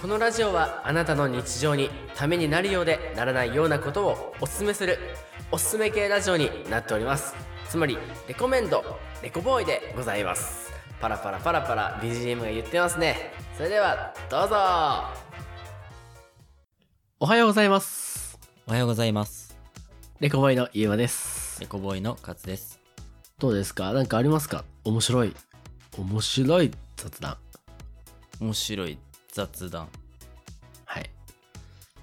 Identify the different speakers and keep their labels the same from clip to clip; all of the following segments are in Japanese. Speaker 1: このラジオはあなたの日常にためになるようでならないようなことをおすすめするおすすめ系ラジオになっておりますつまりレコメンドレコボーイでございますパラパラパラパラ BGM が言ってますねそれではどうぞおはようございます
Speaker 2: おはようございます。
Speaker 1: レコボーイのゆうまです
Speaker 2: レコボーイのカツです。
Speaker 1: どうですか何かありますか面白い面白い雑談
Speaker 2: 面白い雑談。
Speaker 1: はい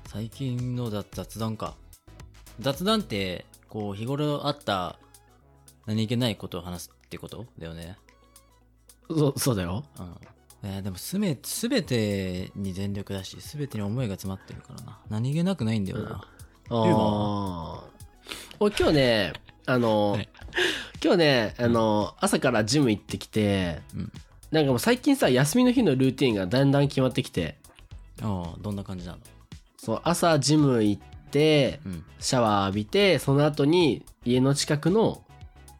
Speaker 2: 最近の雑雑談か。雑談って、こう、日頃あった何気ないことを話すってことだよね。
Speaker 1: そそうだよ
Speaker 2: うん。えーでもすべ、すべてに全力だし、すべてに思いが詰まってるからな。何気なくないんだよな。っていうの
Speaker 1: ああ。俺今日ね、あの、
Speaker 2: はい
Speaker 1: 今日ね、あの、朝からジム行ってきて、
Speaker 2: うん。
Speaker 1: なんかもう最近さ、休みの日のルーティンがだんだん決まってきて、
Speaker 2: ああ、どんな感じなの
Speaker 1: そう、朝ジム行って、
Speaker 2: うん。
Speaker 1: シャワー浴びて、その後に家の近くの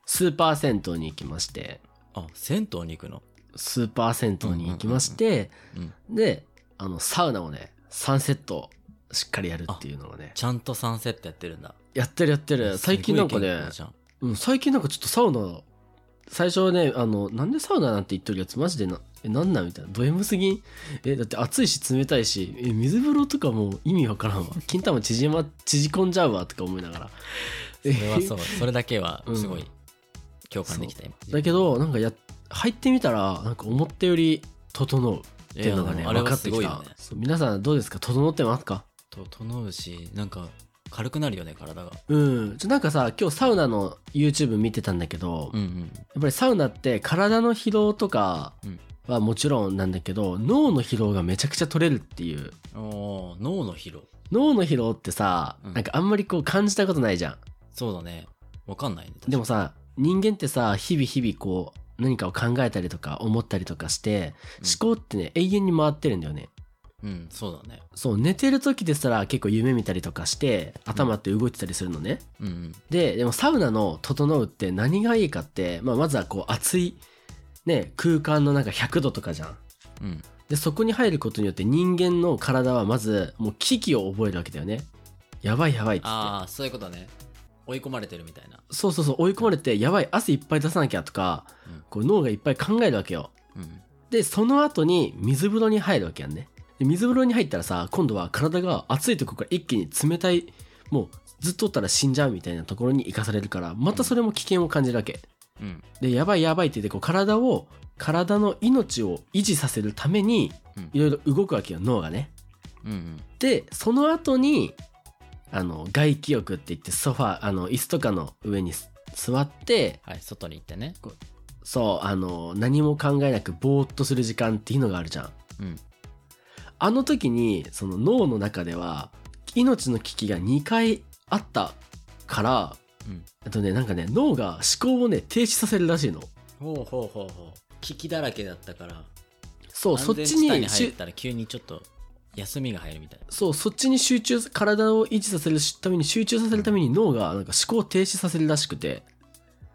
Speaker 1: スーパー銭湯に行きまして、
Speaker 2: あ、銭湯に行くの
Speaker 1: スーパー銭湯に行きまして、
Speaker 2: うん。
Speaker 1: で、あの、サウナをね、3セットしっかりやるっていうのをね、
Speaker 2: ちゃんとサンセットやってるんだ。
Speaker 1: やってるやってる。最近なんか
Speaker 2: すごい健
Speaker 1: ね
Speaker 2: 康、じゃん
Speaker 1: うん、最近なんかちょっとサウナ、最初はね、あの、なんでサウナなんて言っとるやつマジでな、え、なんなんみたいな。ド M すぎんえ、だって暑いし冷たいし、え、水風呂とかもう意味わからんわ。金玉縮ま、縮こんじゃうわとか思いながら。え
Speaker 2: それはそう。それだけはすご
Speaker 1: う
Speaker 2: い
Speaker 1: ん
Speaker 2: 共感できた今。
Speaker 1: だけど、なんかや、入ってみたら、なんか思ったより整うっていうのが
Speaker 2: い
Speaker 1: ね、
Speaker 2: やあれ
Speaker 1: 分か
Speaker 2: は
Speaker 1: って
Speaker 2: す
Speaker 1: き
Speaker 2: ごい
Speaker 1: た
Speaker 2: よね。。
Speaker 1: そう皆さんどうですか整ってますか
Speaker 2: 整うし、なんか軽くなるよね、体が。
Speaker 1: うん。ちょ、なんかさ、今日サウナの YouTube 見てたんだけど、
Speaker 2: うんうん。
Speaker 1: やっぱりサウナって体の疲労とか
Speaker 2: うん
Speaker 1: はもちろんなんだけど、脳の疲労がめちゃくちゃ取れるっていう
Speaker 2: おー脳の疲労。
Speaker 1: 脳の疲労ってさ、
Speaker 2: うん
Speaker 1: なんかあんまりこう感じたことないじゃん
Speaker 2: そうだね。わかんないね。
Speaker 1: でもさ人間ってさ日々日々こう何かを考えたりとか思ったりとかして、
Speaker 2: うん
Speaker 1: 思考ってね永遠に回ってるんだよね
Speaker 2: 確かに、うん、そうだね。
Speaker 1: そう寝てる時ですら結構夢見たりとかして頭って動いてたりするのね、
Speaker 2: うんうん。
Speaker 1: ででもサウナの「整う」って何がいいかって、まあ、まずはこう熱い、ね、空間のなんか100度とかじゃん
Speaker 2: うん。
Speaker 1: でそこに入ることによって人間の体はまずもう危機を覚えるわけだよねやばいやばいっつって
Speaker 2: ああ、そういうことね。追い込まれてるみたいな。
Speaker 1: そうそうそう追い込まれてやばい汗いっぱい出さなきゃとか、
Speaker 2: うん
Speaker 1: こう脳がいっぱい考えるわけよ
Speaker 2: うん。
Speaker 1: でその後に水風呂に入るわけやんねで水風呂に入ったらさ今度は体が熱いとこから一気に冷たいもうずっとおったら死んじゃうみたいなところに行かされるからまたそれも危険を感じるわけ
Speaker 2: うん。
Speaker 1: でやばいやばいって言ってこう体を体の命を維持させるために
Speaker 2: うん
Speaker 1: いろいろ動くわけよ脳がね
Speaker 2: うんうん。
Speaker 1: でその後にあの外気浴って言ってソファあの椅子とかの上にす座って
Speaker 2: はい、外に行ってね。
Speaker 1: そうあの何も考えなくぼーっとする時間っていうのがあるじゃん
Speaker 2: うん。
Speaker 1: あの時にその脳の中では命の危機が2回あったから、
Speaker 2: うん
Speaker 1: あとねなんかね脳が思考をね停止させるらしいの
Speaker 2: ほうほうほうほう。危機だらけだったから。
Speaker 1: そうそっちに
Speaker 2: 入っ
Speaker 1: した
Speaker 2: ら急にちょっと休みが入るみたいな。
Speaker 1: そうそっちに集中体を維持させるために集中させるために脳がなんか思考を停止させるらしくて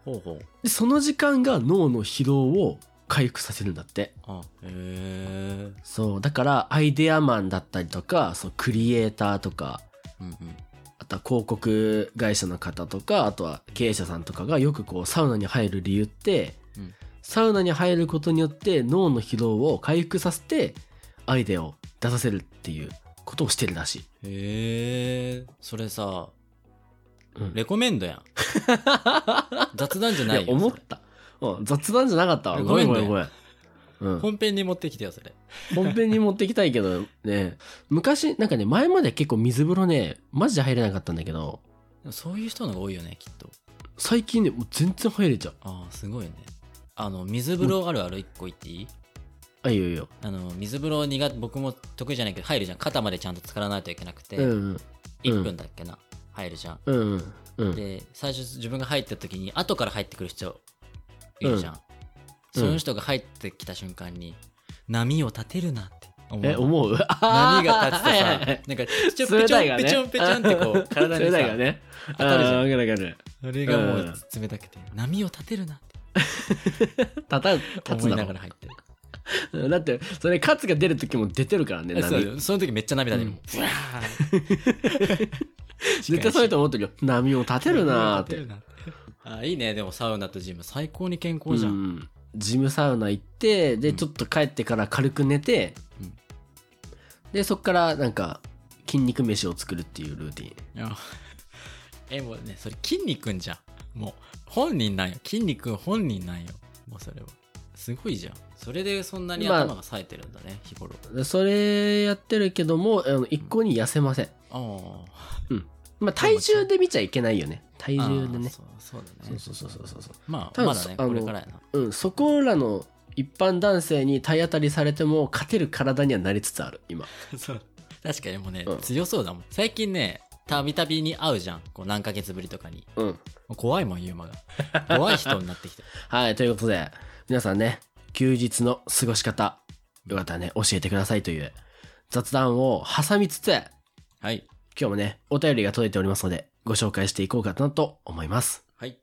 Speaker 2: ほうほう。
Speaker 1: でその時間が脳の疲労を回復させるんだって
Speaker 2: あ、へえ。
Speaker 1: そうだからアイデアマンだったりとかそうクリエイターとか
Speaker 2: うんうん。
Speaker 1: あとは広告会社の方とかあとは経営者さんとかがよくこうサウナに入る理由って、
Speaker 2: うん
Speaker 1: サウナに入ることによって脳の疲労を回復させてアイデアを出させるっていうことをしてるらしい。
Speaker 2: へえ。それさ、
Speaker 1: うん
Speaker 2: レコメンドや ん。雑談じゃ
Speaker 1: い
Speaker 2: な
Speaker 1: や
Speaker 2: いよ。
Speaker 1: 思っ
Speaker 2: それ
Speaker 1: た、うん、雑談じゃなかったわごめんごめんごめん。うん、
Speaker 2: 本編に持ってきてよ、それ。
Speaker 1: 本編に持ってきたいけどね昔なんかね前まで結構水風呂ねマジで入れなかったんだけど
Speaker 2: でもそういう人の方が多いよね、きっと。
Speaker 1: 最近ねもう全然入れちゃう
Speaker 2: ああ、すごいね。あの、水風呂あるある一個言っていい、
Speaker 1: あいいよいいよ
Speaker 2: あの、水風呂苦手、僕も得意じゃないけど、入るじゃん。肩までちゃんと浸からないといけなくて、
Speaker 1: うん
Speaker 2: 1分だっけな。入るじゃん。
Speaker 1: うんうんうん
Speaker 2: で、最初自分が入った時に、後から入ってくる人、いるじゃん。その人が入ってきた瞬間に、波を立てるなって思う。
Speaker 1: え思う
Speaker 2: 波 が立つと
Speaker 1: あー
Speaker 2: さ、なんか、ぺちょんぺちょんぺちょんぺちょんって こう、体に
Speaker 1: 冷
Speaker 2: さ、
Speaker 1: たいがね
Speaker 2: 当たるじゃん
Speaker 1: あーわかるわかる
Speaker 2: あれがも
Speaker 1: うん
Speaker 2: う冷たくて、波を立てるなって
Speaker 1: 立た立
Speaker 2: 思
Speaker 1: つ
Speaker 2: い
Speaker 1: だ
Speaker 2: な
Speaker 1: ろ
Speaker 2: がら入ってる。
Speaker 1: だってそれカツが出る時も出てるからね
Speaker 2: そう
Speaker 1: 波
Speaker 2: よその時めっちゃ涙出るも
Speaker 1: う
Speaker 2: ん
Speaker 1: ん
Speaker 2: ブワー
Speaker 1: 絶対そうやと思ってるよ波を立てるなーっ
Speaker 2: 立
Speaker 1: て
Speaker 2: てるなあいいねでもサウナとジム最高に健
Speaker 1: う
Speaker 2: 康じゃん、
Speaker 1: んジムサウナ行ってで
Speaker 2: うん
Speaker 1: ちょっと帰ってから軽く寝て
Speaker 2: うん
Speaker 1: でそっからなんか筋肉飯を作るっていうルーティン
Speaker 2: いや えもうねそれ筋肉んじゃんもう本人なんよ筋肉本人なんよもうそれはすごいじゃんそれでそんなに
Speaker 1: まあ
Speaker 2: 頭が冴えてるんだね、日頃
Speaker 1: でそれやってるけどもあの一向に痩せません、
Speaker 2: ああ
Speaker 1: まあ、体重で見ちゃいけないよね体重で
Speaker 2: あー
Speaker 1: ね
Speaker 2: そうそうだ
Speaker 1: そ
Speaker 2: ね
Speaker 1: うそうそうそうそうそう
Speaker 2: まあ
Speaker 1: 多分
Speaker 2: まだね
Speaker 1: あの
Speaker 2: これからやな
Speaker 1: う んそこらの一般男性に体当たりされても勝てる体にはなりつつある今
Speaker 2: そう確かにもうね、
Speaker 1: うん
Speaker 2: 強そうだもん最近ねたびたびに会うじゃんこう何ヶ月ぶりとかに
Speaker 1: うん
Speaker 2: もう怖いもんユーマ が怖い人になってきて
Speaker 1: はいということで皆さんね休日の過ごし方よかったらね教えてくださいという雑談を挟みつつ今
Speaker 2: はい
Speaker 1: 日もねお便りが届いておりますのでご紹介していこうかなと思います
Speaker 2: はい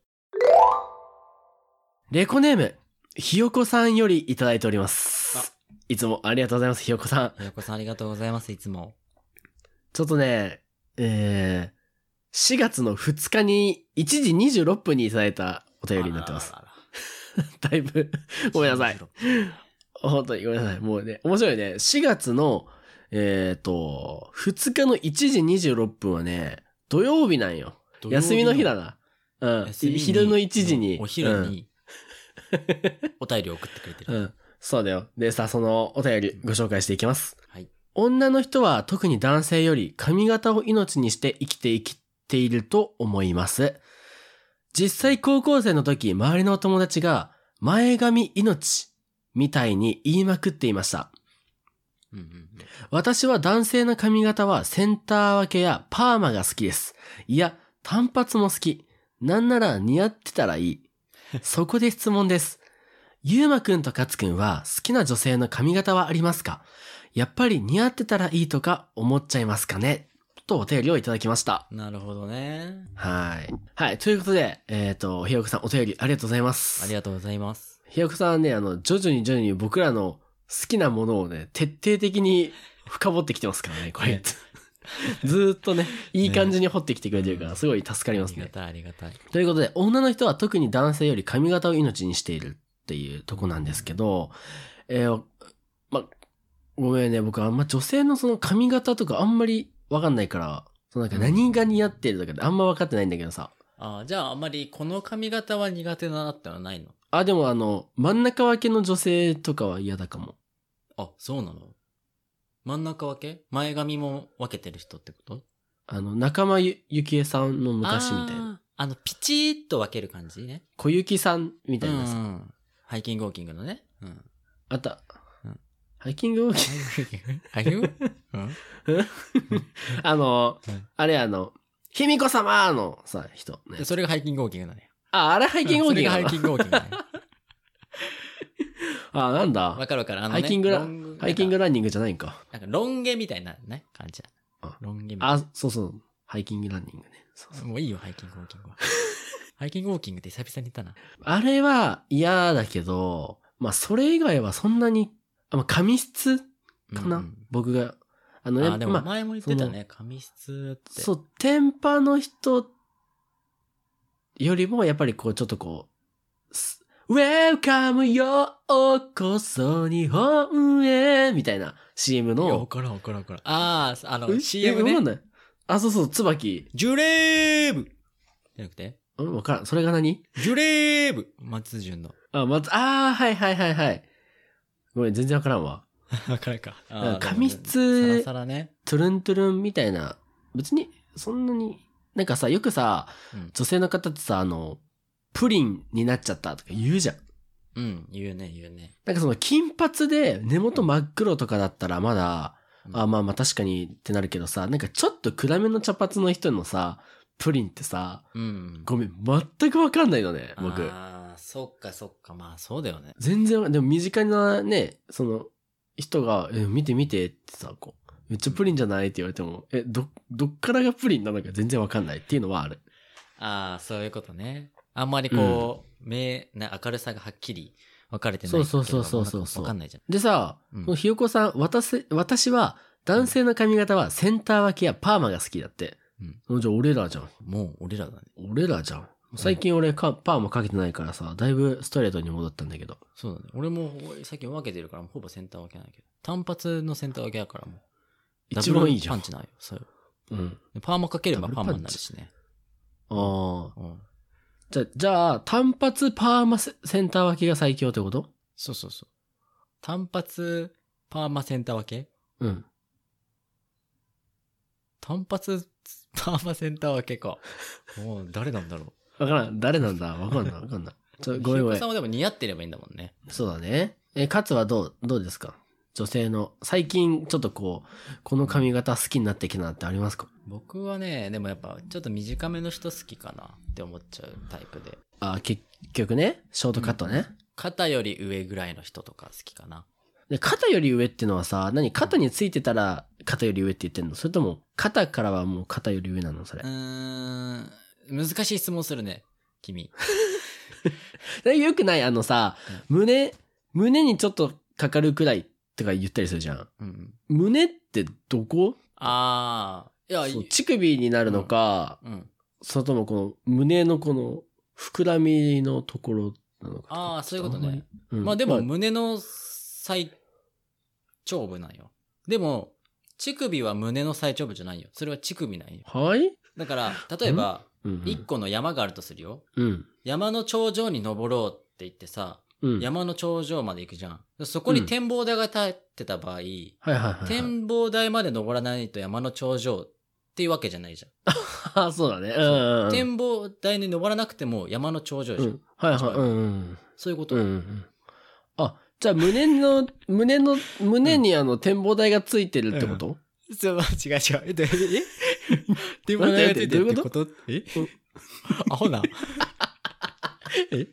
Speaker 1: レコネームひよこさんよりいただいておりま
Speaker 2: あ
Speaker 1: すいつもありがとうございますひよこさん
Speaker 2: ひよこさんありがとうございますいつも
Speaker 1: ちょっとね、えー、4月の2日に1時26分にいただいたお便りになってます。
Speaker 2: あらら
Speaker 1: だいぶ、
Speaker 2: ら
Speaker 1: ごめんなさい。本当にごめんなさい。もうね、面白いね。4月の、えっ、と、2日の1時26分はね、土曜日なんよ。
Speaker 2: 土曜
Speaker 1: 休みの日だな。うん。
Speaker 2: 休みに
Speaker 1: 昼の1時に。
Speaker 2: お昼に、 お便りを送ってくれて
Speaker 1: う
Speaker 2: る、
Speaker 1: ん。うん。そうだよ。でさ、そのお便りご紹介していきます。
Speaker 2: はい
Speaker 1: 女の人は特に男性より髪型を命にして生きていきていると思います。実際高校生の時、周りのお友達が前髪命みたいに言いまくっていました。
Speaker 2: うんうんうん
Speaker 1: 私は男性の髪型はセンター分けやパーマが好きです。いや、単発も好き。なんなら似合ってたらい い。そこで質問です。ゆうまくんとかつくんは好きな女性の髪型はありますかやっぱり似合ってたらいいとか思っちゃいますかねとお便りをいただきました。
Speaker 2: なるほどね
Speaker 1: はい。はい。ということで、えっ、と、ひよこさんお便りありがとうございます。
Speaker 2: ありがとうございます
Speaker 1: ひよこさんはね、あの、徐々に徐々に僕らの好きなものをね、徹底的に深掘ってきてますからね、これ
Speaker 2: ね。
Speaker 1: ずーっとね、いい感じに掘ってきてくれてるから、
Speaker 2: ね
Speaker 1: すごい助かり
Speaker 2: あ
Speaker 1: ます
Speaker 2: りが
Speaker 1: ね。
Speaker 2: たいありがたい
Speaker 1: ということで、女の人は特に男性より髪型を命にしているっていうとこなんですけど、えー、ま、ごめんね、僕あんま女性のその髪型とかあんまりわかんないから、そのなんか何が似合ってるとかってあんま分かってないんだけどさ。
Speaker 2: あーじゃああんまりこの髪型は苦手だなってのはないの
Speaker 1: あ、でもあの、真ん中分けの女性とかは嫌だかも。
Speaker 2: あそうなの真ん中分け前髪も分けてる人ってこと
Speaker 1: あの、仲間ゆゆきえさんの昔みたいな。
Speaker 2: あーあのピチーっと分ける感じね
Speaker 1: 小雪さんみたいな
Speaker 2: う
Speaker 1: さ。
Speaker 2: んハイキングウォーキングのね うん
Speaker 1: あった
Speaker 2: うん。
Speaker 1: ハイキングウォーキング
Speaker 2: ハイキングうん
Speaker 1: あの
Speaker 2: うん、
Speaker 1: あれあの、卑弥呼様のさ、人ね
Speaker 2: で。それがハイキングウォーキングだね
Speaker 1: あ、あれハイキングウォーキング
Speaker 2: そ
Speaker 1: な
Speaker 2: れがハイ
Speaker 1: の
Speaker 2: キングウォーキングだね
Speaker 1: あ、なん
Speaker 2: わ
Speaker 1: だ。
Speaker 2: かるわかる。あの、
Speaker 1: ハ
Speaker 2: ね、
Speaker 1: イキングラ
Speaker 2: ログ
Speaker 1: ハイキングランニングじゃないんか。
Speaker 2: なんか、ロン毛みたいなね、感じ
Speaker 1: あ。
Speaker 2: ロン毛みたい
Speaker 1: あ、そうそう。ハイキングランニングね。そうそう
Speaker 2: な。もういいよ、ハイキングウォー キングは。ハイキングウォーキングって久々に言ったな。
Speaker 1: あれは嫌だけど、まあ、それ以外はそんなに、あまあ、髪質かな、
Speaker 2: うん
Speaker 1: 僕が。あ
Speaker 2: う
Speaker 1: の
Speaker 2: ん
Speaker 1: ね、
Speaker 2: あ、でも
Speaker 1: まあ、
Speaker 2: 前も言ってたね、髪質って。
Speaker 1: そう、テンパの人よりも、やっぱりこう、ちょっとこう、す Welcome ようこそ日本へみたいな CM
Speaker 2: いや
Speaker 1: の
Speaker 2: わ。からんわからんわからん。ああ、あの、
Speaker 1: え
Speaker 2: CM
Speaker 1: えわかん
Speaker 2: ね。
Speaker 1: ないあ、そうそう、椿。
Speaker 2: ジュレーブじゃなくて、
Speaker 1: うん、わからん。それが何
Speaker 2: ジュレーブ松潤の。
Speaker 1: あ、まず、あー、はいはいはいはい。ごめん、全然わからんわ。
Speaker 2: わからんか。
Speaker 1: なん
Speaker 2: あー
Speaker 1: か髪質
Speaker 2: サラサラね。
Speaker 1: トゥルントゥルンみたいな、別に、そんなに、なんかさ、よくさ、
Speaker 2: うん
Speaker 1: 女性の方ってさ、あの、プリンになっちゃったとか言うじゃん。
Speaker 2: うん、言うね、言うね。
Speaker 1: なんかその金髪で根元真っ黒とかだったらまだ、あまあまあ確かにってなるけどさ、なんかちょっと暗めの茶髪の人のさ、プリンってさ、
Speaker 2: うん。
Speaker 1: ごめん、全くわかんないのね、僕。
Speaker 2: ああ、そっかそっか。まあ、そうだよね。
Speaker 1: 全然わ、でも身近なね、その人が、え、見て見てってさ、こう、めっちゃプリンじゃないって言われても、え、ど、どっからがプリンなのか全然わかんないっていうのはある。
Speaker 2: ああ、そういうことね。あんまりこう、目、な明るさがはっきり分かれてない
Speaker 1: そうそうそうそう
Speaker 2: けれども
Speaker 1: そうそう
Speaker 2: なんか分かんないじゃん。
Speaker 1: でさ、
Speaker 2: うん
Speaker 1: このひよこさん、私、私は、男性の髪型はセンター分けやパーマが好きだって。うん、じゃあ俺らじゃん。
Speaker 2: もう俺らだね。
Speaker 1: 俺らじゃん。最近俺か、パーマかけてないからさ、だいぶストレートに戻ったんだけど。
Speaker 2: そうだね。俺も最近分けてるから、ほぼセンター分けないけど。単発のセンター分けだからもう。
Speaker 1: 一番いいじゃ
Speaker 2: ダ
Speaker 1: ん
Speaker 2: ブル。パンチないよ。そうよ
Speaker 1: うん。
Speaker 2: でパーマかければ
Speaker 1: ダブ
Speaker 2: パ
Speaker 1: ル
Speaker 2: ー
Speaker 1: パンチ
Speaker 2: マになるしね。
Speaker 1: ああ。
Speaker 2: うん。
Speaker 1: じゃ、じゃあ、単発パーマセセンター分けが最強ってこと
Speaker 2: そうそうそう。単発、パーマセンター分け
Speaker 1: うん。
Speaker 2: 単発、パーマセンター分けか。 もう誰なんだろう。
Speaker 1: わからん。誰なんだわかんない。わかんない。ち ょ、ごめんご
Speaker 2: ひよこ
Speaker 1: め
Speaker 2: さ
Speaker 1: ん。
Speaker 2: んはでも似合ってればいいんだもんね。
Speaker 1: そうだね。え、カツはどう、どうですか女性の、最近ちょっとこう、この髪型好きになってきたなってありますか
Speaker 2: 僕はね、でもやっぱちょっと短めの人好きかなって思っちゃうタイプで。
Speaker 1: あ、結局ね、ショートカットね。
Speaker 2: 肩より上ぐらいの人とか好きかな。
Speaker 1: で、肩より上ってのはさ、何肩についてたら肩より上って言ってんのそれとも、肩からはもう肩より上なのそれ
Speaker 2: う。ーん、難しい質問するね、君。
Speaker 1: でよくないあのさ、胸、胸にちょっとかかるくらいとか言ったりするじゃん。
Speaker 2: うん。
Speaker 1: 胸ってどこ
Speaker 2: あー、いや、い
Speaker 1: そう
Speaker 2: い
Speaker 1: 乳首になるのか、
Speaker 2: うん。
Speaker 1: それともこの胸のこの膨らみのところなのかとか。
Speaker 2: あー、そういうこと
Speaker 1: ちょっあん
Speaker 2: ね。
Speaker 1: まり。うん
Speaker 2: まあでも、胸の最長部なんよ。でも、乳首は胸の最長部じゃないよ。それは乳首なんよ。
Speaker 1: はい
Speaker 2: だから、例えば、
Speaker 1: うん
Speaker 2: 一個の山があるとするよ。
Speaker 1: うん。うん。
Speaker 2: 山の頂上に登ろうって言ってさ、
Speaker 1: うん。
Speaker 2: 山の頂上まで行くじゃん。そこに展望台が立ってた場合、
Speaker 1: はいはいはいはい。
Speaker 2: 展望台まで登らないと山の頂上っていうわけじゃないじゃん。
Speaker 1: あ、そうだね。うんうんうん。
Speaker 2: 展望台に登らなくても山の頂上で
Speaker 1: う
Speaker 2: しょ。
Speaker 1: ん。はいはい。うんうん。
Speaker 2: そういうこと。
Speaker 1: うんうんうん。あ、じゃあ胸の、胸の、胸にあの展望台がついてるってこと、
Speaker 2: そう、違う違う。え、どええ ってい
Speaker 1: 待って
Speaker 2: う問題が出てるってことえ
Speaker 1: うん
Speaker 2: アホな。
Speaker 1: え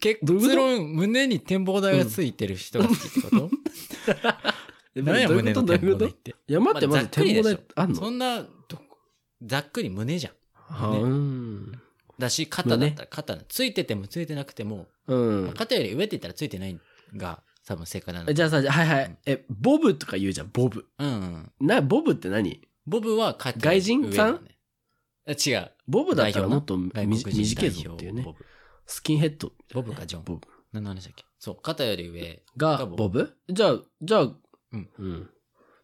Speaker 2: 結
Speaker 1: どういうこと
Speaker 2: 論、胸に展望台がついてる人が好きってこと、何や
Speaker 1: どうい
Speaker 2: 胸
Speaker 1: うこ
Speaker 2: の
Speaker 1: とどういうこ
Speaker 2: 展望台
Speaker 1: と
Speaker 2: って。
Speaker 1: 山ってま
Speaker 2: ま
Speaker 1: ず
Speaker 2: あざっくり
Speaker 1: 展望
Speaker 2: でしょ
Speaker 1: 台あん
Speaker 2: そ
Speaker 1: の、
Speaker 2: んな、どこざっくり胸じゃん。
Speaker 1: あ、うん。
Speaker 2: だし、肩だったら肩、ついててもついてなくても、
Speaker 1: うん。
Speaker 2: 肩より上って言ったらついてないが、多分正解なんだ。
Speaker 1: えじゃあさ、はいはい。え、ボブとか言うじゃん、ボブ。
Speaker 2: うんうん。
Speaker 1: な、ボブって何
Speaker 2: ボブは肩
Speaker 1: 外人さん
Speaker 2: 上だねえ違う。
Speaker 1: ボブだったら
Speaker 2: 代表な
Speaker 1: もっとみ
Speaker 2: 外国人
Speaker 1: 短いぞっていうね
Speaker 2: ボ。ブ
Speaker 1: スキンヘッド。
Speaker 2: ボブかジョン
Speaker 1: ボブ。
Speaker 2: 何の話だっけそう、肩より上。
Speaker 1: が、
Speaker 2: が
Speaker 1: ボ
Speaker 2: ボブ
Speaker 1: ブじゃあ、じゃあ、
Speaker 2: うん。
Speaker 1: うん。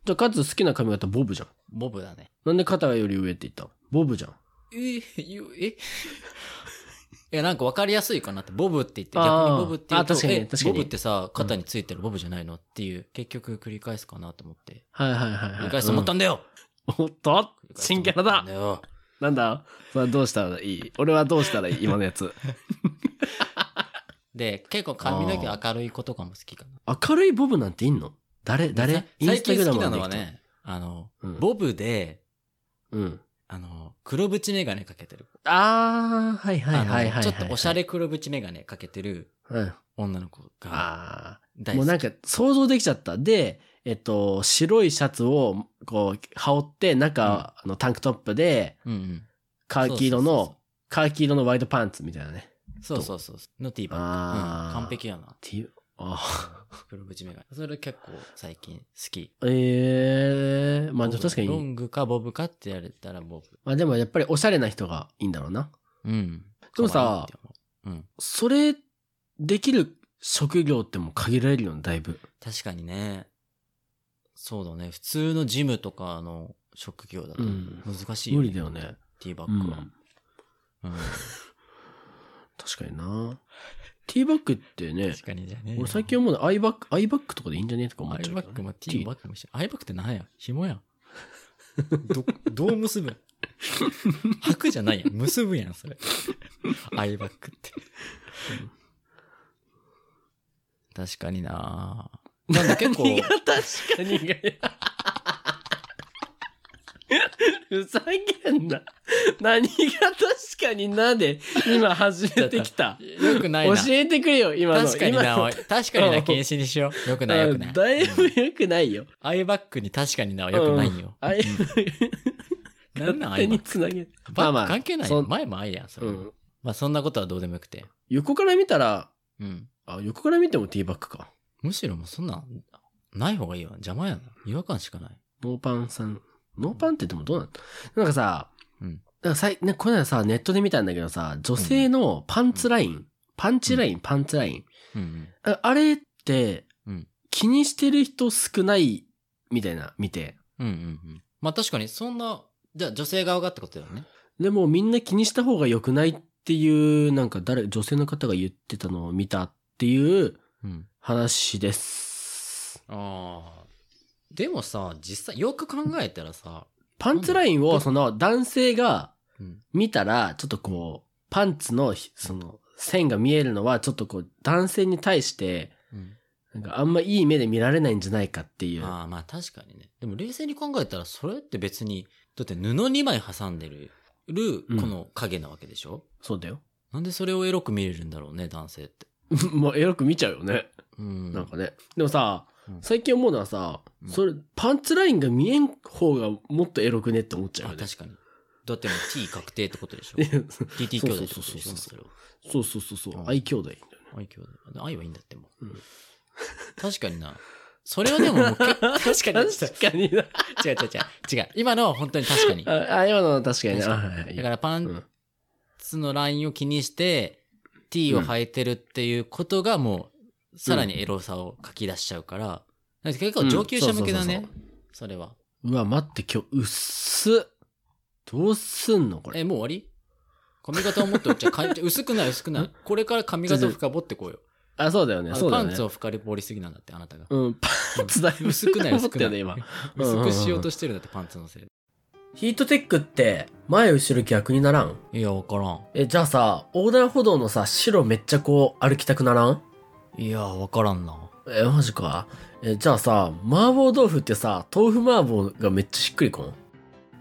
Speaker 1: じゃあ、かつ好きな髪型ボブじゃん。
Speaker 2: ボブだね。
Speaker 1: なんで肩より上って言ったのボブじゃん。
Speaker 2: え、ゆえ いや、なんか分かりやすいかなって。ボブって言って、
Speaker 1: あー
Speaker 2: 逆にボブって言うと
Speaker 1: あ確かに
Speaker 2: え
Speaker 1: 確かに
Speaker 2: ボブってさ、肩についてるボブじゃないのっていう、結局繰り返すかなと思って。
Speaker 1: はいはいはい、はい。
Speaker 2: 繰り返すと思ったんだよ、
Speaker 1: おっと
Speaker 2: 繰り返すと思
Speaker 1: 新
Speaker 2: っ
Speaker 1: キャ
Speaker 2: た
Speaker 1: ラ
Speaker 2: ん
Speaker 1: だ
Speaker 2: よ
Speaker 1: なんだそれはどうしたらいい俺はどうしたらいい今のやつ。
Speaker 2: で、結構髪の毛明るい子とかも好きか な。
Speaker 1: 明るいボブなんていんの誰誰イン
Speaker 2: 最
Speaker 1: スタ
Speaker 2: 近
Speaker 1: グラ
Speaker 2: 好
Speaker 1: ム
Speaker 2: きな
Speaker 1: まで行
Speaker 2: のは
Speaker 1: くと
Speaker 2: ね、あの、
Speaker 1: うん
Speaker 2: ボブで、
Speaker 1: うん。
Speaker 2: あの、黒縁メガネかけてる。
Speaker 1: あー、はいはい
Speaker 2: あ
Speaker 1: はいはい
Speaker 2: の
Speaker 1: はい。
Speaker 2: ちょっとおしゃれ黒縁メガネかけてる
Speaker 1: うん。
Speaker 2: 女の子が
Speaker 1: あー。
Speaker 2: 大
Speaker 1: もうな
Speaker 2: 好
Speaker 1: ん
Speaker 2: き。
Speaker 1: か想像できちゃった。で、えっと、白いシャツをこう羽織って、中、あのタンクトップで、
Speaker 2: うんうん。
Speaker 1: カーキ色の、カーキ色のワイドパンツみたいなね。
Speaker 2: そうそうそう。そうそうそう。のティーバ
Speaker 1: あー
Speaker 2: ック。うん完璧やな。
Speaker 1: っていう。あ
Speaker 2: 黒縁メガネ。それ結構最近好き。
Speaker 1: ーええー。まあでも確か
Speaker 2: ロ
Speaker 1: に。
Speaker 2: ングかボブかって言われたらボ
Speaker 1: まあでもやっぱりおしゃれな人がいいんだろうな。
Speaker 2: ブ。うん。
Speaker 1: でもさ
Speaker 2: 可愛いって思う、うん。
Speaker 1: それ、できる職業ってもう限られるよね、だいぶ。
Speaker 2: 確かにね。そうだね。普通のジムとかの職業だと
Speaker 1: うん
Speaker 2: 難しいよ
Speaker 1: 無
Speaker 2: ね、
Speaker 1: 理だよね。
Speaker 2: ティーバ
Speaker 1: う
Speaker 2: ックは。
Speaker 1: ん。
Speaker 2: うん。
Speaker 1: 確かにな。ティーバッグってね、
Speaker 2: 確かにじゃね。
Speaker 1: 俺最近思うのアイバック、アイバックとかでいいんじゃねとか思っ
Speaker 2: アイ
Speaker 1: ちゃう
Speaker 2: バ
Speaker 1: け
Speaker 2: ッ
Speaker 1: ど
Speaker 2: ク
Speaker 1: ね。
Speaker 2: もティーバックも一緒。アイバックって何や紐やん。ど、どう結ぶん履くじゃないやん。結ぶやん、それ。アイバックって。確かになぁなん で結構、
Speaker 1: 何が確かにが。ふざけんな。何が確かになで、今始めてきた。
Speaker 2: よくない
Speaker 1: 教
Speaker 2: な。
Speaker 1: えてくれよ、今の。
Speaker 2: 確かに
Speaker 1: 今
Speaker 2: な
Speaker 1: の
Speaker 2: おい確かにな、禁止にしよう。よくない、よくな
Speaker 1: うん
Speaker 2: い。
Speaker 1: だいぶ
Speaker 2: うん
Speaker 1: 良くないよ。
Speaker 2: アイバックに確かになはよくないよ。
Speaker 1: あい
Speaker 2: なんなんア
Speaker 1: 勝
Speaker 2: イ
Speaker 1: 手に
Speaker 2: バック。
Speaker 1: つなげる。
Speaker 2: バック関係ない
Speaker 1: そ
Speaker 2: よ。
Speaker 1: ん
Speaker 2: 前もアイやん、それ
Speaker 1: う
Speaker 2: は。
Speaker 1: ん。
Speaker 2: まあそんなことはどうでもよくて。
Speaker 1: 横から見たら
Speaker 2: うん。
Speaker 1: あ、横から見てもティーバッグか。
Speaker 2: むしろもうそんな、ない方がいいわ。邪魔やな。違和感しかない。
Speaker 1: ノーパンさん。ノーパンってでもどうなんなんかさ、
Speaker 2: うん
Speaker 1: なんかさい、ね、この間さ、ネットで見たんだけどさ、女性のパンツライン、パンチライン、パンツライン。
Speaker 2: うん
Speaker 1: ああれって、
Speaker 2: うん
Speaker 1: 気にしてる人少ない、みたいな、見て。
Speaker 2: うん。うんうんうん。まあ確かにそんな、じゃあ女性側がってことだよね。
Speaker 1: でもみんな気にした方が良くないっていう、なんか誰、女性の方が言ってたのを見たっていう
Speaker 2: うん。
Speaker 1: 話です。
Speaker 2: ああ。でもさ、実際、よく考えたらさ、
Speaker 1: パンツラインを、その男性が
Speaker 2: うん
Speaker 1: 見たら、ちょっとこう、パンツのひ、その、線が見えるのは、ちょっとこう、男性に対して、なんかあんまいい目で見られないんじゃないかっていう。
Speaker 2: ああ、まあ確かにね。でも冷静に考えたら、それって別に、だって布2枚挟んでる、
Speaker 1: うん
Speaker 2: この影なわけでしょ、
Speaker 1: そうだよ。
Speaker 2: なんでそれをエロく見れるんだろうね、男性って。
Speaker 1: まあ、エロく見ちゃうよね。
Speaker 2: うん。
Speaker 1: なんかね。でもさ
Speaker 2: うん、
Speaker 1: 最近思うのはさ、
Speaker 2: うん
Speaker 1: それ、パンツラインが見えん方がもっとエロくねって思っちゃう
Speaker 2: あ
Speaker 1: よね。
Speaker 2: 確かに。だってもう T 確定ってことでしょ
Speaker 1: そうそうそうそうそうそ
Speaker 2: ?TT 兄弟ってことでしょそれは
Speaker 1: うそうそうそうう。
Speaker 2: ん
Speaker 1: 愛兄弟。
Speaker 2: 愛兄弟。で愛はいいんだってもう。
Speaker 1: うん
Speaker 2: 確かにな。それはでももう結構、 確かに。
Speaker 1: 確かに な。
Speaker 2: 違う違う違う。違う。今のは本当に確かに。
Speaker 1: あ、あ今のは確かにね。あはい
Speaker 2: 確
Speaker 1: はい
Speaker 2: かにだからパ
Speaker 1: う
Speaker 2: ン
Speaker 1: ん
Speaker 2: ツのラインを気にして、T を履いてるっていうことがもう、さらにエロさを書き出しちゃうから、なんか結構上級者向け
Speaker 1: う
Speaker 2: だ
Speaker 1: んそう
Speaker 2: ね
Speaker 1: そう。
Speaker 2: それは。
Speaker 1: うわ、待って、今日、うっす。どうすんのこれ。
Speaker 2: え、もう終わり髪型をもっと、じゃあかん薄くない薄く ない。これから髪型を深掘ってこうよ。
Speaker 1: あ、そうだよね。
Speaker 2: あ
Speaker 1: そうだ
Speaker 2: パ
Speaker 1: よ
Speaker 2: ン
Speaker 1: ね
Speaker 2: ツ。を深掘りすぎなんだって、あなたが。
Speaker 1: うん、パンツだいぶ
Speaker 2: 薄 くない
Speaker 1: 薄
Speaker 2: 薄
Speaker 1: く
Speaker 2: く
Speaker 1: な
Speaker 2: ない
Speaker 1: ったよね、今。うんうんうん
Speaker 2: 薄くしようとしてるんだって、パンツのせいで。
Speaker 1: ヒートテックって、前後ろ逆にならん
Speaker 2: いや、わからん。
Speaker 1: え、じゃあさ、横断歩道のさ、白めっちゃこう、歩きたくならん
Speaker 2: いや、わからんな。
Speaker 1: え、マジかえ、じゃあさ、麻婆豆腐ってさ、豆腐麻婆がめっちゃしっくりこん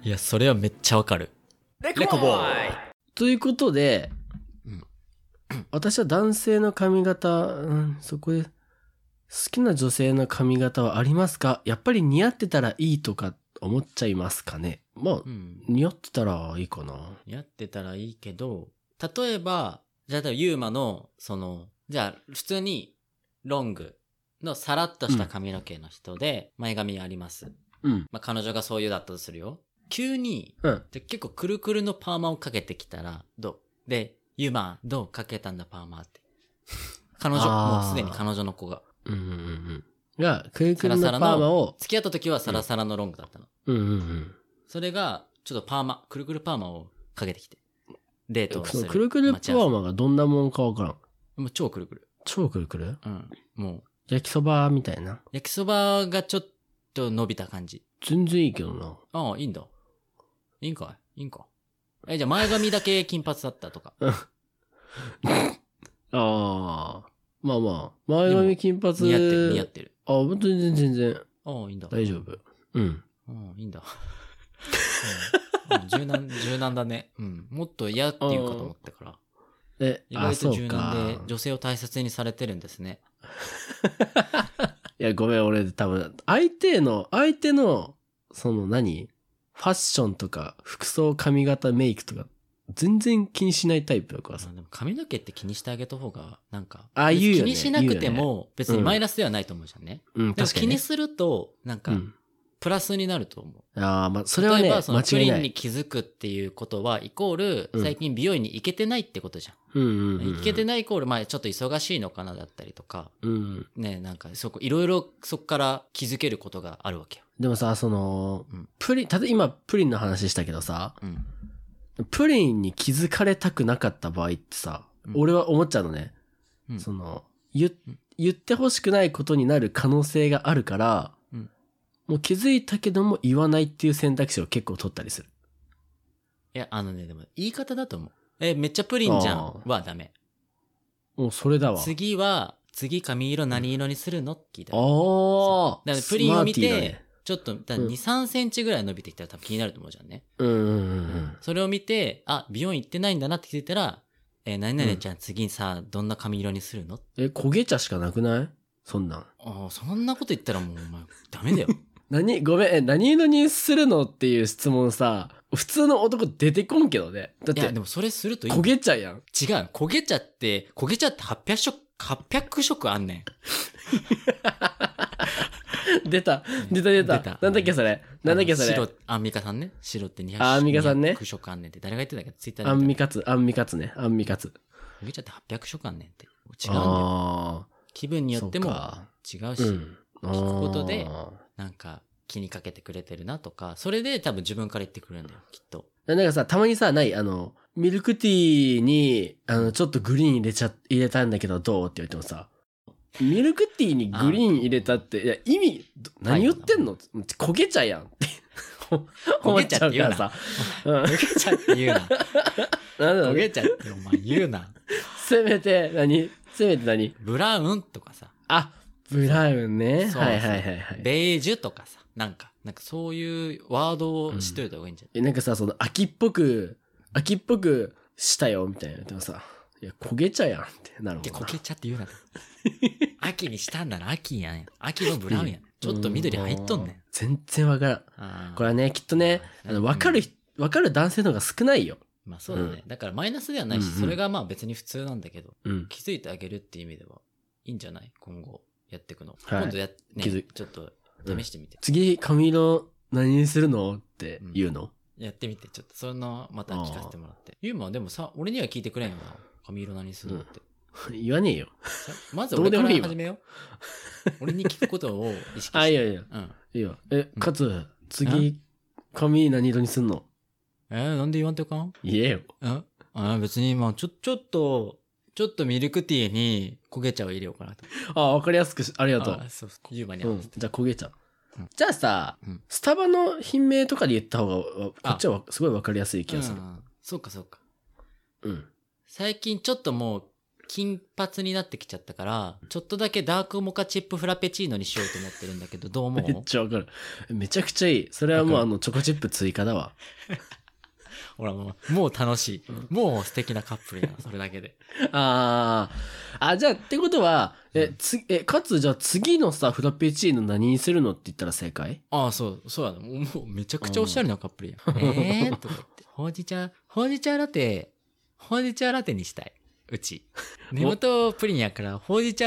Speaker 2: いや、それはめっちゃわかる。
Speaker 1: レ
Speaker 2: コボーイ
Speaker 1: ということで、
Speaker 2: うん
Speaker 1: 私は男性の髪型、うん、そこで、好きな女性の髪型はありますかやっぱり似合ってたらいいとか思っちゃいますかねまあ、
Speaker 2: うん。
Speaker 1: 似合ってたらいいかな。
Speaker 2: やってたらいいけど、例えば、じゃあ、例えばユーマの、その、じゃあ、普通に、ロングのさらっとした髪の毛の人で、前髪あります。
Speaker 1: うん。
Speaker 2: まあ、彼女がそういうだったとするよ。急に、
Speaker 1: うん。
Speaker 2: じゃあ結構くるくるのパーマをかけてきたら、どうで、ユーマどうかけたんだパーマって。 彼女、
Speaker 1: あー
Speaker 2: もうすでに彼女の子が。
Speaker 1: うんうんうんうん。が、クイクルのパーマを、
Speaker 2: 付き合った時はサラサラのロングだったの。
Speaker 1: うんうんうん。
Speaker 2: それが、ちょっとパーマ、くるくるパーマをかけてきて。デートをす
Speaker 1: そ
Speaker 2: る。
Speaker 1: のくるくるパ
Speaker 2: 待ち合わ
Speaker 1: ーマがどんなもんかわからん。
Speaker 2: せもう超くるくる。
Speaker 1: 超くるくる
Speaker 2: うん。もう、
Speaker 1: 焼きそばみたいな。
Speaker 2: 焼きそばがちょっと伸びた感じ。
Speaker 1: 全然いいけどな。
Speaker 2: ああ、いいんだ。いいんかいいいんか。え、じゃあ前髪だけ金髪だったとか。
Speaker 1: ああ。まあまあ。前髪金髪。
Speaker 2: 似合ってる、似合ってる。
Speaker 1: あ、本当に全然全然
Speaker 2: ああ、いいんだ。
Speaker 1: 大丈夫。うん。
Speaker 2: うん、いいんだ。うんうん柔 軟、柔軟だね。うん。もっと嫌っていうかと思ったから。
Speaker 1: え、
Speaker 2: 意
Speaker 1: あ、
Speaker 2: 外
Speaker 1: そ
Speaker 2: と柔
Speaker 1: う
Speaker 2: 軟で
Speaker 1: か。
Speaker 2: 女性を大切にされてるんですね。
Speaker 1: いや、ごめん、俺多分、相手の、相手の、その何ファッションとか、服装、髪型、メイクとか、全然気にしないタイプだから
Speaker 2: あ
Speaker 1: さ。
Speaker 2: でも髪の毛って気にしてあげた方が、なんか、
Speaker 1: あ言うよね
Speaker 2: 気にしなくて
Speaker 1: 言う
Speaker 2: も別にマイナスではないと思うじゃんね。
Speaker 1: うん、
Speaker 2: でも
Speaker 1: 確かに
Speaker 2: 気
Speaker 1: ね、
Speaker 2: にすると、なんか
Speaker 1: う、ん。
Speaker 2: プラスになると思う。
Speaker 1: ああ、まあ、それはね、
Speaker 2: 例え
Speaker 1: 間
Speaker 2: ば、そのプ
Speaker 1: 違い
Speaker 2: リ
Speaker 1: な
Speaker 2: ンに
Speaker 1: い。
Speaker 2: 気づくっていうことは、イコール
Speaker 1: う、ん
Speaker 2: 最近美容院に行けてないってことじゃ
Speaker 1: う
Speaker 2: ん。
Speaker 1: んうんうん。
Speaker 2: 行けてないイコール、まあちょっと忙しいのかなだったりとか、
Speaker 1: うん。
Speaker 2: ね、なんか、そこ、いろいろそこから気づけることがあるわけよ。
Speaker 1: でもさ、その
Speaker 2: うん、
Speaker 1: プリン、たと今、プリンの話したけどさ、
Speaker 2: うん。
Speaker 1: プリンに気づかれたくなかった場合ってさ、
Speaker 2: うん
Speaker 1: 俺は思っちゃうのね。
Speaker 2: うん
Speaker 1: その、言
Speaker 2: うん、
Speaker 1: 言ってほしくないことになる可能性があるから、
Speaker 2: うん
Speaker 1: もう気づいたけども言わないっていう選択肢を結構取ったりする。
Speaker 2: いや、あのね、でも、言い方だと思う。え、めっちゃプリンじゃ
Speaker 1: あ
Speaker 2: ん。はダメ。
Speaker 1: もうそれだわ。
Speaker 2: 次は、次髪色何色にするのって聞いたら。
Speaker 1: ああ。
Speaker 2: だからプリンを見
Speaker 1: スマーティーだ
Speaker 2: て
Speaker 1: ね、
Speaker 2: ちょっと、だから
Speaker 1: うん
Speaker 2: 2、3センチぐらい伸びてきたら多分気になると思うじゃんね。
Speaker 1: うんうんうん
Speaker 2: それを見て、あ、美容院行ってないんだなって気づいたら、えー何々ちゃん次さ、どんな髪色にするの
Speaker 1: うん。え、焦げ茶しかなくないそんなん。
Speaker 2: ああ、そんなこと言ったらもうお前、ダメだよ。
Speaker 1: 何ごめん、え、何色にするのっていう質問さ、普通の男出てこんけどね。だっ
Speaker 2: いや、
Speaker 1: て
Speaker 2: で、もそれするといい。
Speaker 1: 焦げ茶やん。
Speaker 2: 違う。焦げ茶って、焦げ茶って800色800色あんねん。
Speaker 1: 出た。出た出た。
Speaker 2: 出た
Speaker 1: なんだっけそれ。なんだっけそ
Speaker 2: あの
Speaker 1: れ。
Speaker 2: 白、アンミカさんね。白って200
Speaker 1: あアンミカさんね
Speaker 2: 200色あんねんって。誰が言ってたっけツイッターで
Speaker 1: ア
Speaker 2: 見た。
Speaker 1: ンミカツ、アンミカツね。アンミカツ。
Speaker 2: めちゃって800色あんねんって。違うんだよ。
Speaker 1: ああ。
Speaker 2: 気分によっても
Speaker 1: そうか
Speaker 2: 違うし、
Speaker 1: うん。
Speaker 2: 聞くことで
Speaker 1: あ
Speaker 2: なんか気にかけてくれてるなとか、それで多分自分から言ってくれるんだよ、きっ と。
Speaker 1: ー。なんかさ、たまにさ、ない、あの、ミルクティーに、あの、ちょっとグリーン入れちゃ、入れたんだけどどうって言ってもさ、ミルクティーにグリーン入れたって、いや、意味、ど何言ってんの焦げ茶やん って。
Speaker 2: 焦げ茶って言うな
Speaker 1: 思っちゃうからさ。
Speaker 2: 焦げちゃって言うな。
Speaker 1: うん。なんだろ
Speaker 2: 焦
Speaker 1: うね
Speaker 2: げちゃってお前言うな。
Speaker 1: せめて何、せめて何
Speaker 2: ブラウンとかさ、
Speaker 1: あ、ブラウンね。
Speaker 2: そう
Speaker 1: はいはいはいはい。
Speaker 2: ベージュとかさ、なんか、なんかそういうワードを知っといた方がいいんじゃない、
Speaker 1: え、なんかさ、その、秋っぽく、秋っぽくしたよ、みたいな。でもさ、いや、焦げ茶やんってなるもん
Speaker 2: で、
Speaker 1: な
Speaker 2: こけちゃって言う なと。秋にしたんなら秋やねん。秋のブラウンやねん。ちょっと緑入っとんねん
Speaker 1: う。全然わからん。
Speaker 2: あー
Speaker 1: これはね、きっとね、あの、わかる人、わかる男性の方が少ないよ。
Speaker 2: まあそうだね。だからマイナスではないし、
Speaker 1: うんうん
Speaker 2: それがまあ別に普通なんだけど、
Speaker 1: うん。
Speaker 2: 気づいてあげるっていう意味では、いいんじゃない今後、やっていくの。
Speaker 1: はい
Speaker 2: 今度や、ね、
Speaker 1: 気づ
Speaker 2: ちょっと試してみて。
Speaker 1: 次、髪色、何にするのって言うの、
Speaker 2: やってみて、ちょっと、その、また聞かせてもらって。ユーマはでもさ、俺には聞いてくれんよな。髪色何するのって。
Speaker 1: 言わねえよ。
Speaker 2: さまず
Speaker 1: どう
Speaker 2: 俺
Speaker 1: で
Speaker 2: か
Speaker 1: も
Speaker 2: ら
Speaker 1: いいわ
Speaker 2: 始めよう。俺に聞くことを意識して。
Speaker 1: あ、いやいや、
Speaker 2: うん。
Speaker 1: いいよ。え、
Speaker 2: ん
Speaker 1: かつ、次、髪何色にすんの
Speaker 2: えー、なんで言わんといかん
Speaker 1: 言えよ。
Speaker 2: えあ別に、まあちょ、ちょっと、ちょっとミルクティーに焦げ茶を入れようかなと。
Speaker 1: あ、わかりやすくし、ありがとう。
Speaker 2: あそうそう。ユーマに合
Speaker 1: う
Speaker 2: わ
Speaker 1: ん
Speaker 2: せて。、
Speaker 1: じゃあ焦げ茶
Speaker 2: うん。
Speaker 1: じゃあさ、
Speaker 2: うん
Speaker 1: スタバの品名とかで言った方が、こっちはすごいわかりやすい気がする
Speaker 2: う。んそうかそうか。
Speaker 1: うん。
Speaker 2: 最近ちょっともう金髪になってきちゃったから、ちょっとだけダークモカチップフラペチーノにしようと思ってるんだけど、どう思
Speaker 1: めっ
Speaker 2: う
Speaker 1: ちゃわかる。めちゃくちゃいい。それはもう
Speaker 2: わ
Speaker 1: あ
Speaker 2: か
Speaker 1: の、チョコチップ追加だ わ。
Speaker 2: ほらもう、もう楽しい。もう素敵なカップ ルやな、それだけで。
Speaker 1: あー。あ、じゃあってことは、え、つ、え、かつじゃあ次のさ、フラペチーノ何にするのって言ったら正解
Speaker 2: ああ、そう、そうやな。もう、もうめちゃくちゃおしゃれなカップルやん。えーとか言って。ほうじ茶、ほうじ茶ラテ、ほうじ茶ラテにしたい。うち。 根元プリンやから、ほうじ茶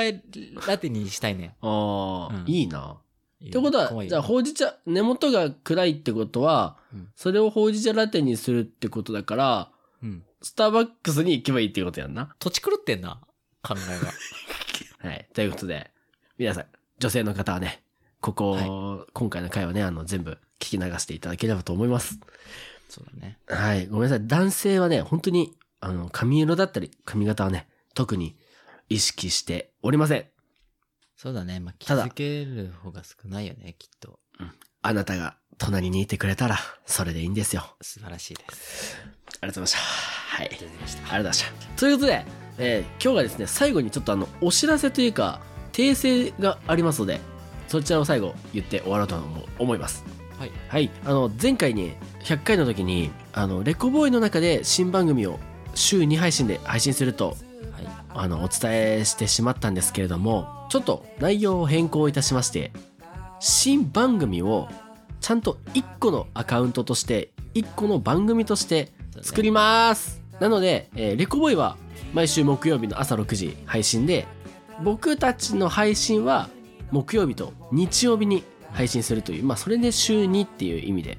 Speaker 2: ラテにしたいね
Speaker 1: あー、
Speaker 2: うん
Speaker 1: いいな。
Speaker 2: ん。
Speaker 1: ってこと
Speaker 2: 可
Speaker 1: は、
Speaker 2: 愛い
Speaker 1: じゃあほうじ茶、根元が暗いってことは、
Speaker 2: うん
Speaker 1: それをほうじ茶ラテにするってことだから、
Speaker 2: うん。
Speaker 1: スターバックスに行けばいいってことやんな。
Speaker 2: 土地狂ってんな、考え が。
Speaker 1: はい。ということで、皆さん、女性の方はね、ここ、今回の回はね、あの、全部聞き流していただければと思います。
Speaker 2: そうだね。
Speaker 1: はい。ごめんなさい。男性はね、本当に、あの、髪色だったり、髪型はね、特に意識しておりません。
Speaker 2: そうだね。まあ、気
Speaker 1: ただ
Speaker 2: づける方が少ないよね、きっと。
Speaker 1: あなたが隣にいてくれたら、それでいいんですよ。
Speaker 2: 素晴らしいです。
Speaker 1: ありがとうございました。はい。ありがとう
Speaker 2: りました。
Speaker 1: ございました。ということで、えー今日がですね、最後にちょっとあの、お知らせというか、訂正がありますので、そちらを最後言って終わろうと思う思います。
Speaker 2: はい。
Speaker 1: はい、あの前回に100回の時にあのレコボーイの中で新番組を週2配信で配信すると
Speaker 2: はい。
Speaker 1: あのお伝えしてしまったんですけれどもちょっと内容を変更いたしまして新番組をちゃんと1個のアカウントとして1個の番組として作りますなので、えーレコボーイは毎週木曜日の朝6時配信で僕たちの配信は木曜日と日曜日に配信するというまあそれで週2っていう意味で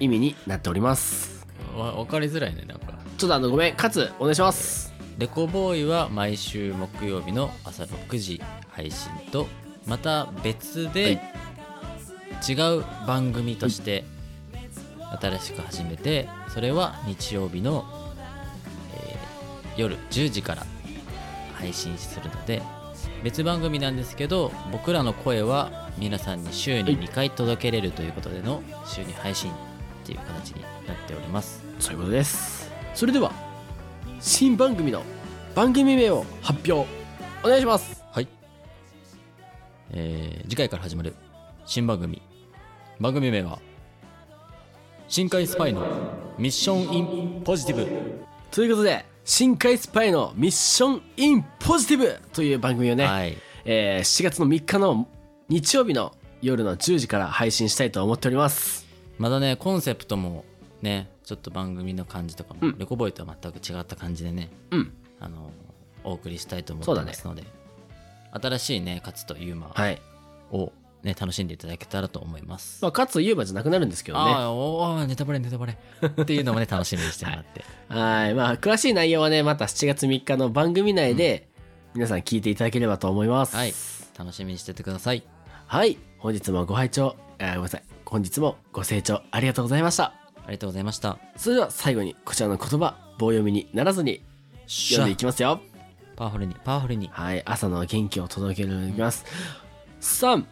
Speaker 1: 意味になっております
Speaker 2: わ、わかりづらいね、なんか。
Speaker 1: ちょっとあのごめんかつお願いします
Speaker 2: レコボーイは毎週木曜日の朝6時配信と、また別で違う番組として新しく始めて、それは日曜日の、えー夜10時から配信するので、別番組なんですけど、僕らの声は皆さんに週に2回届けれるということでの週に配信っていう形になっております。
Speaker 1: そういうことですそれでは新番組の番組名を発表お願いします
Speaker 2: はい、えー、次回から始まる新番組番組名は「深海スパイのミッション・イン・ポジティブ
Speaker 1: ということで深海スパイのミッションインポジティブという番組を」ね、
Speaker 2: はい
Speaker 1: えー7月の3日の日曜日の夜の10時から配信したいと思っております
Speaker 2: またねコンセプトもねちょっと番組の感じとかも、
Speaker 1: うん
Speaker 2: レコボーイとは全く違った感じでね
Speaker 1: うん
Speaker 2: あのお送りしたいと思
Speaker 1: そう
Speaker 2: っ
Speaker 1: だ
Speaker 2: て
Speaker 1: ね
Speaker 2: ますので、新しいね勝とユーマ
Speaker 1: はい。
Speaker 2: を、ね、楽しんでいただけたらと思います。
Speaker 1: まあ、勝つ言えばじゃなくなるんですけどね。
Speaker 2: ああおーネタバレネタバレっていうのもね楽しみにしても らって、
Speaker 1: はい。まあ、詳しい内容はね、また7月3日の番組内で、皆さん聞いていただければと思います。
Speaker 2: はい、楽しみにしててください。
Speaker 1: はい。本日もご拝聴、えーごめんなさい。本日もご清聴ありがとうございました。
Speaker 2: ありがとうございました。
Speaker 1: それでは最後にこちらの言葉、棒読みにならずに読んでいきますよ。
Speaker 2: パワフルにパワフルに
Speaker 1: はい。朝の元気を届けるようにいきます。3、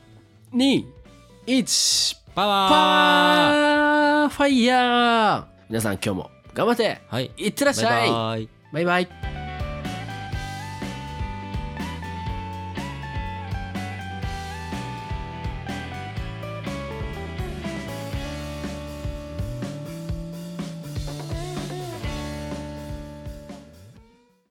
Speaker 1: 2、1、
Speaker 2: パワー
Speaker 1: パーファイヤー皆さん今日も頑張って
Speaker 2: はい
Speaker 1: いってらっしゃい
Speaker 2: バイバイ
Speaker 1: バイバイ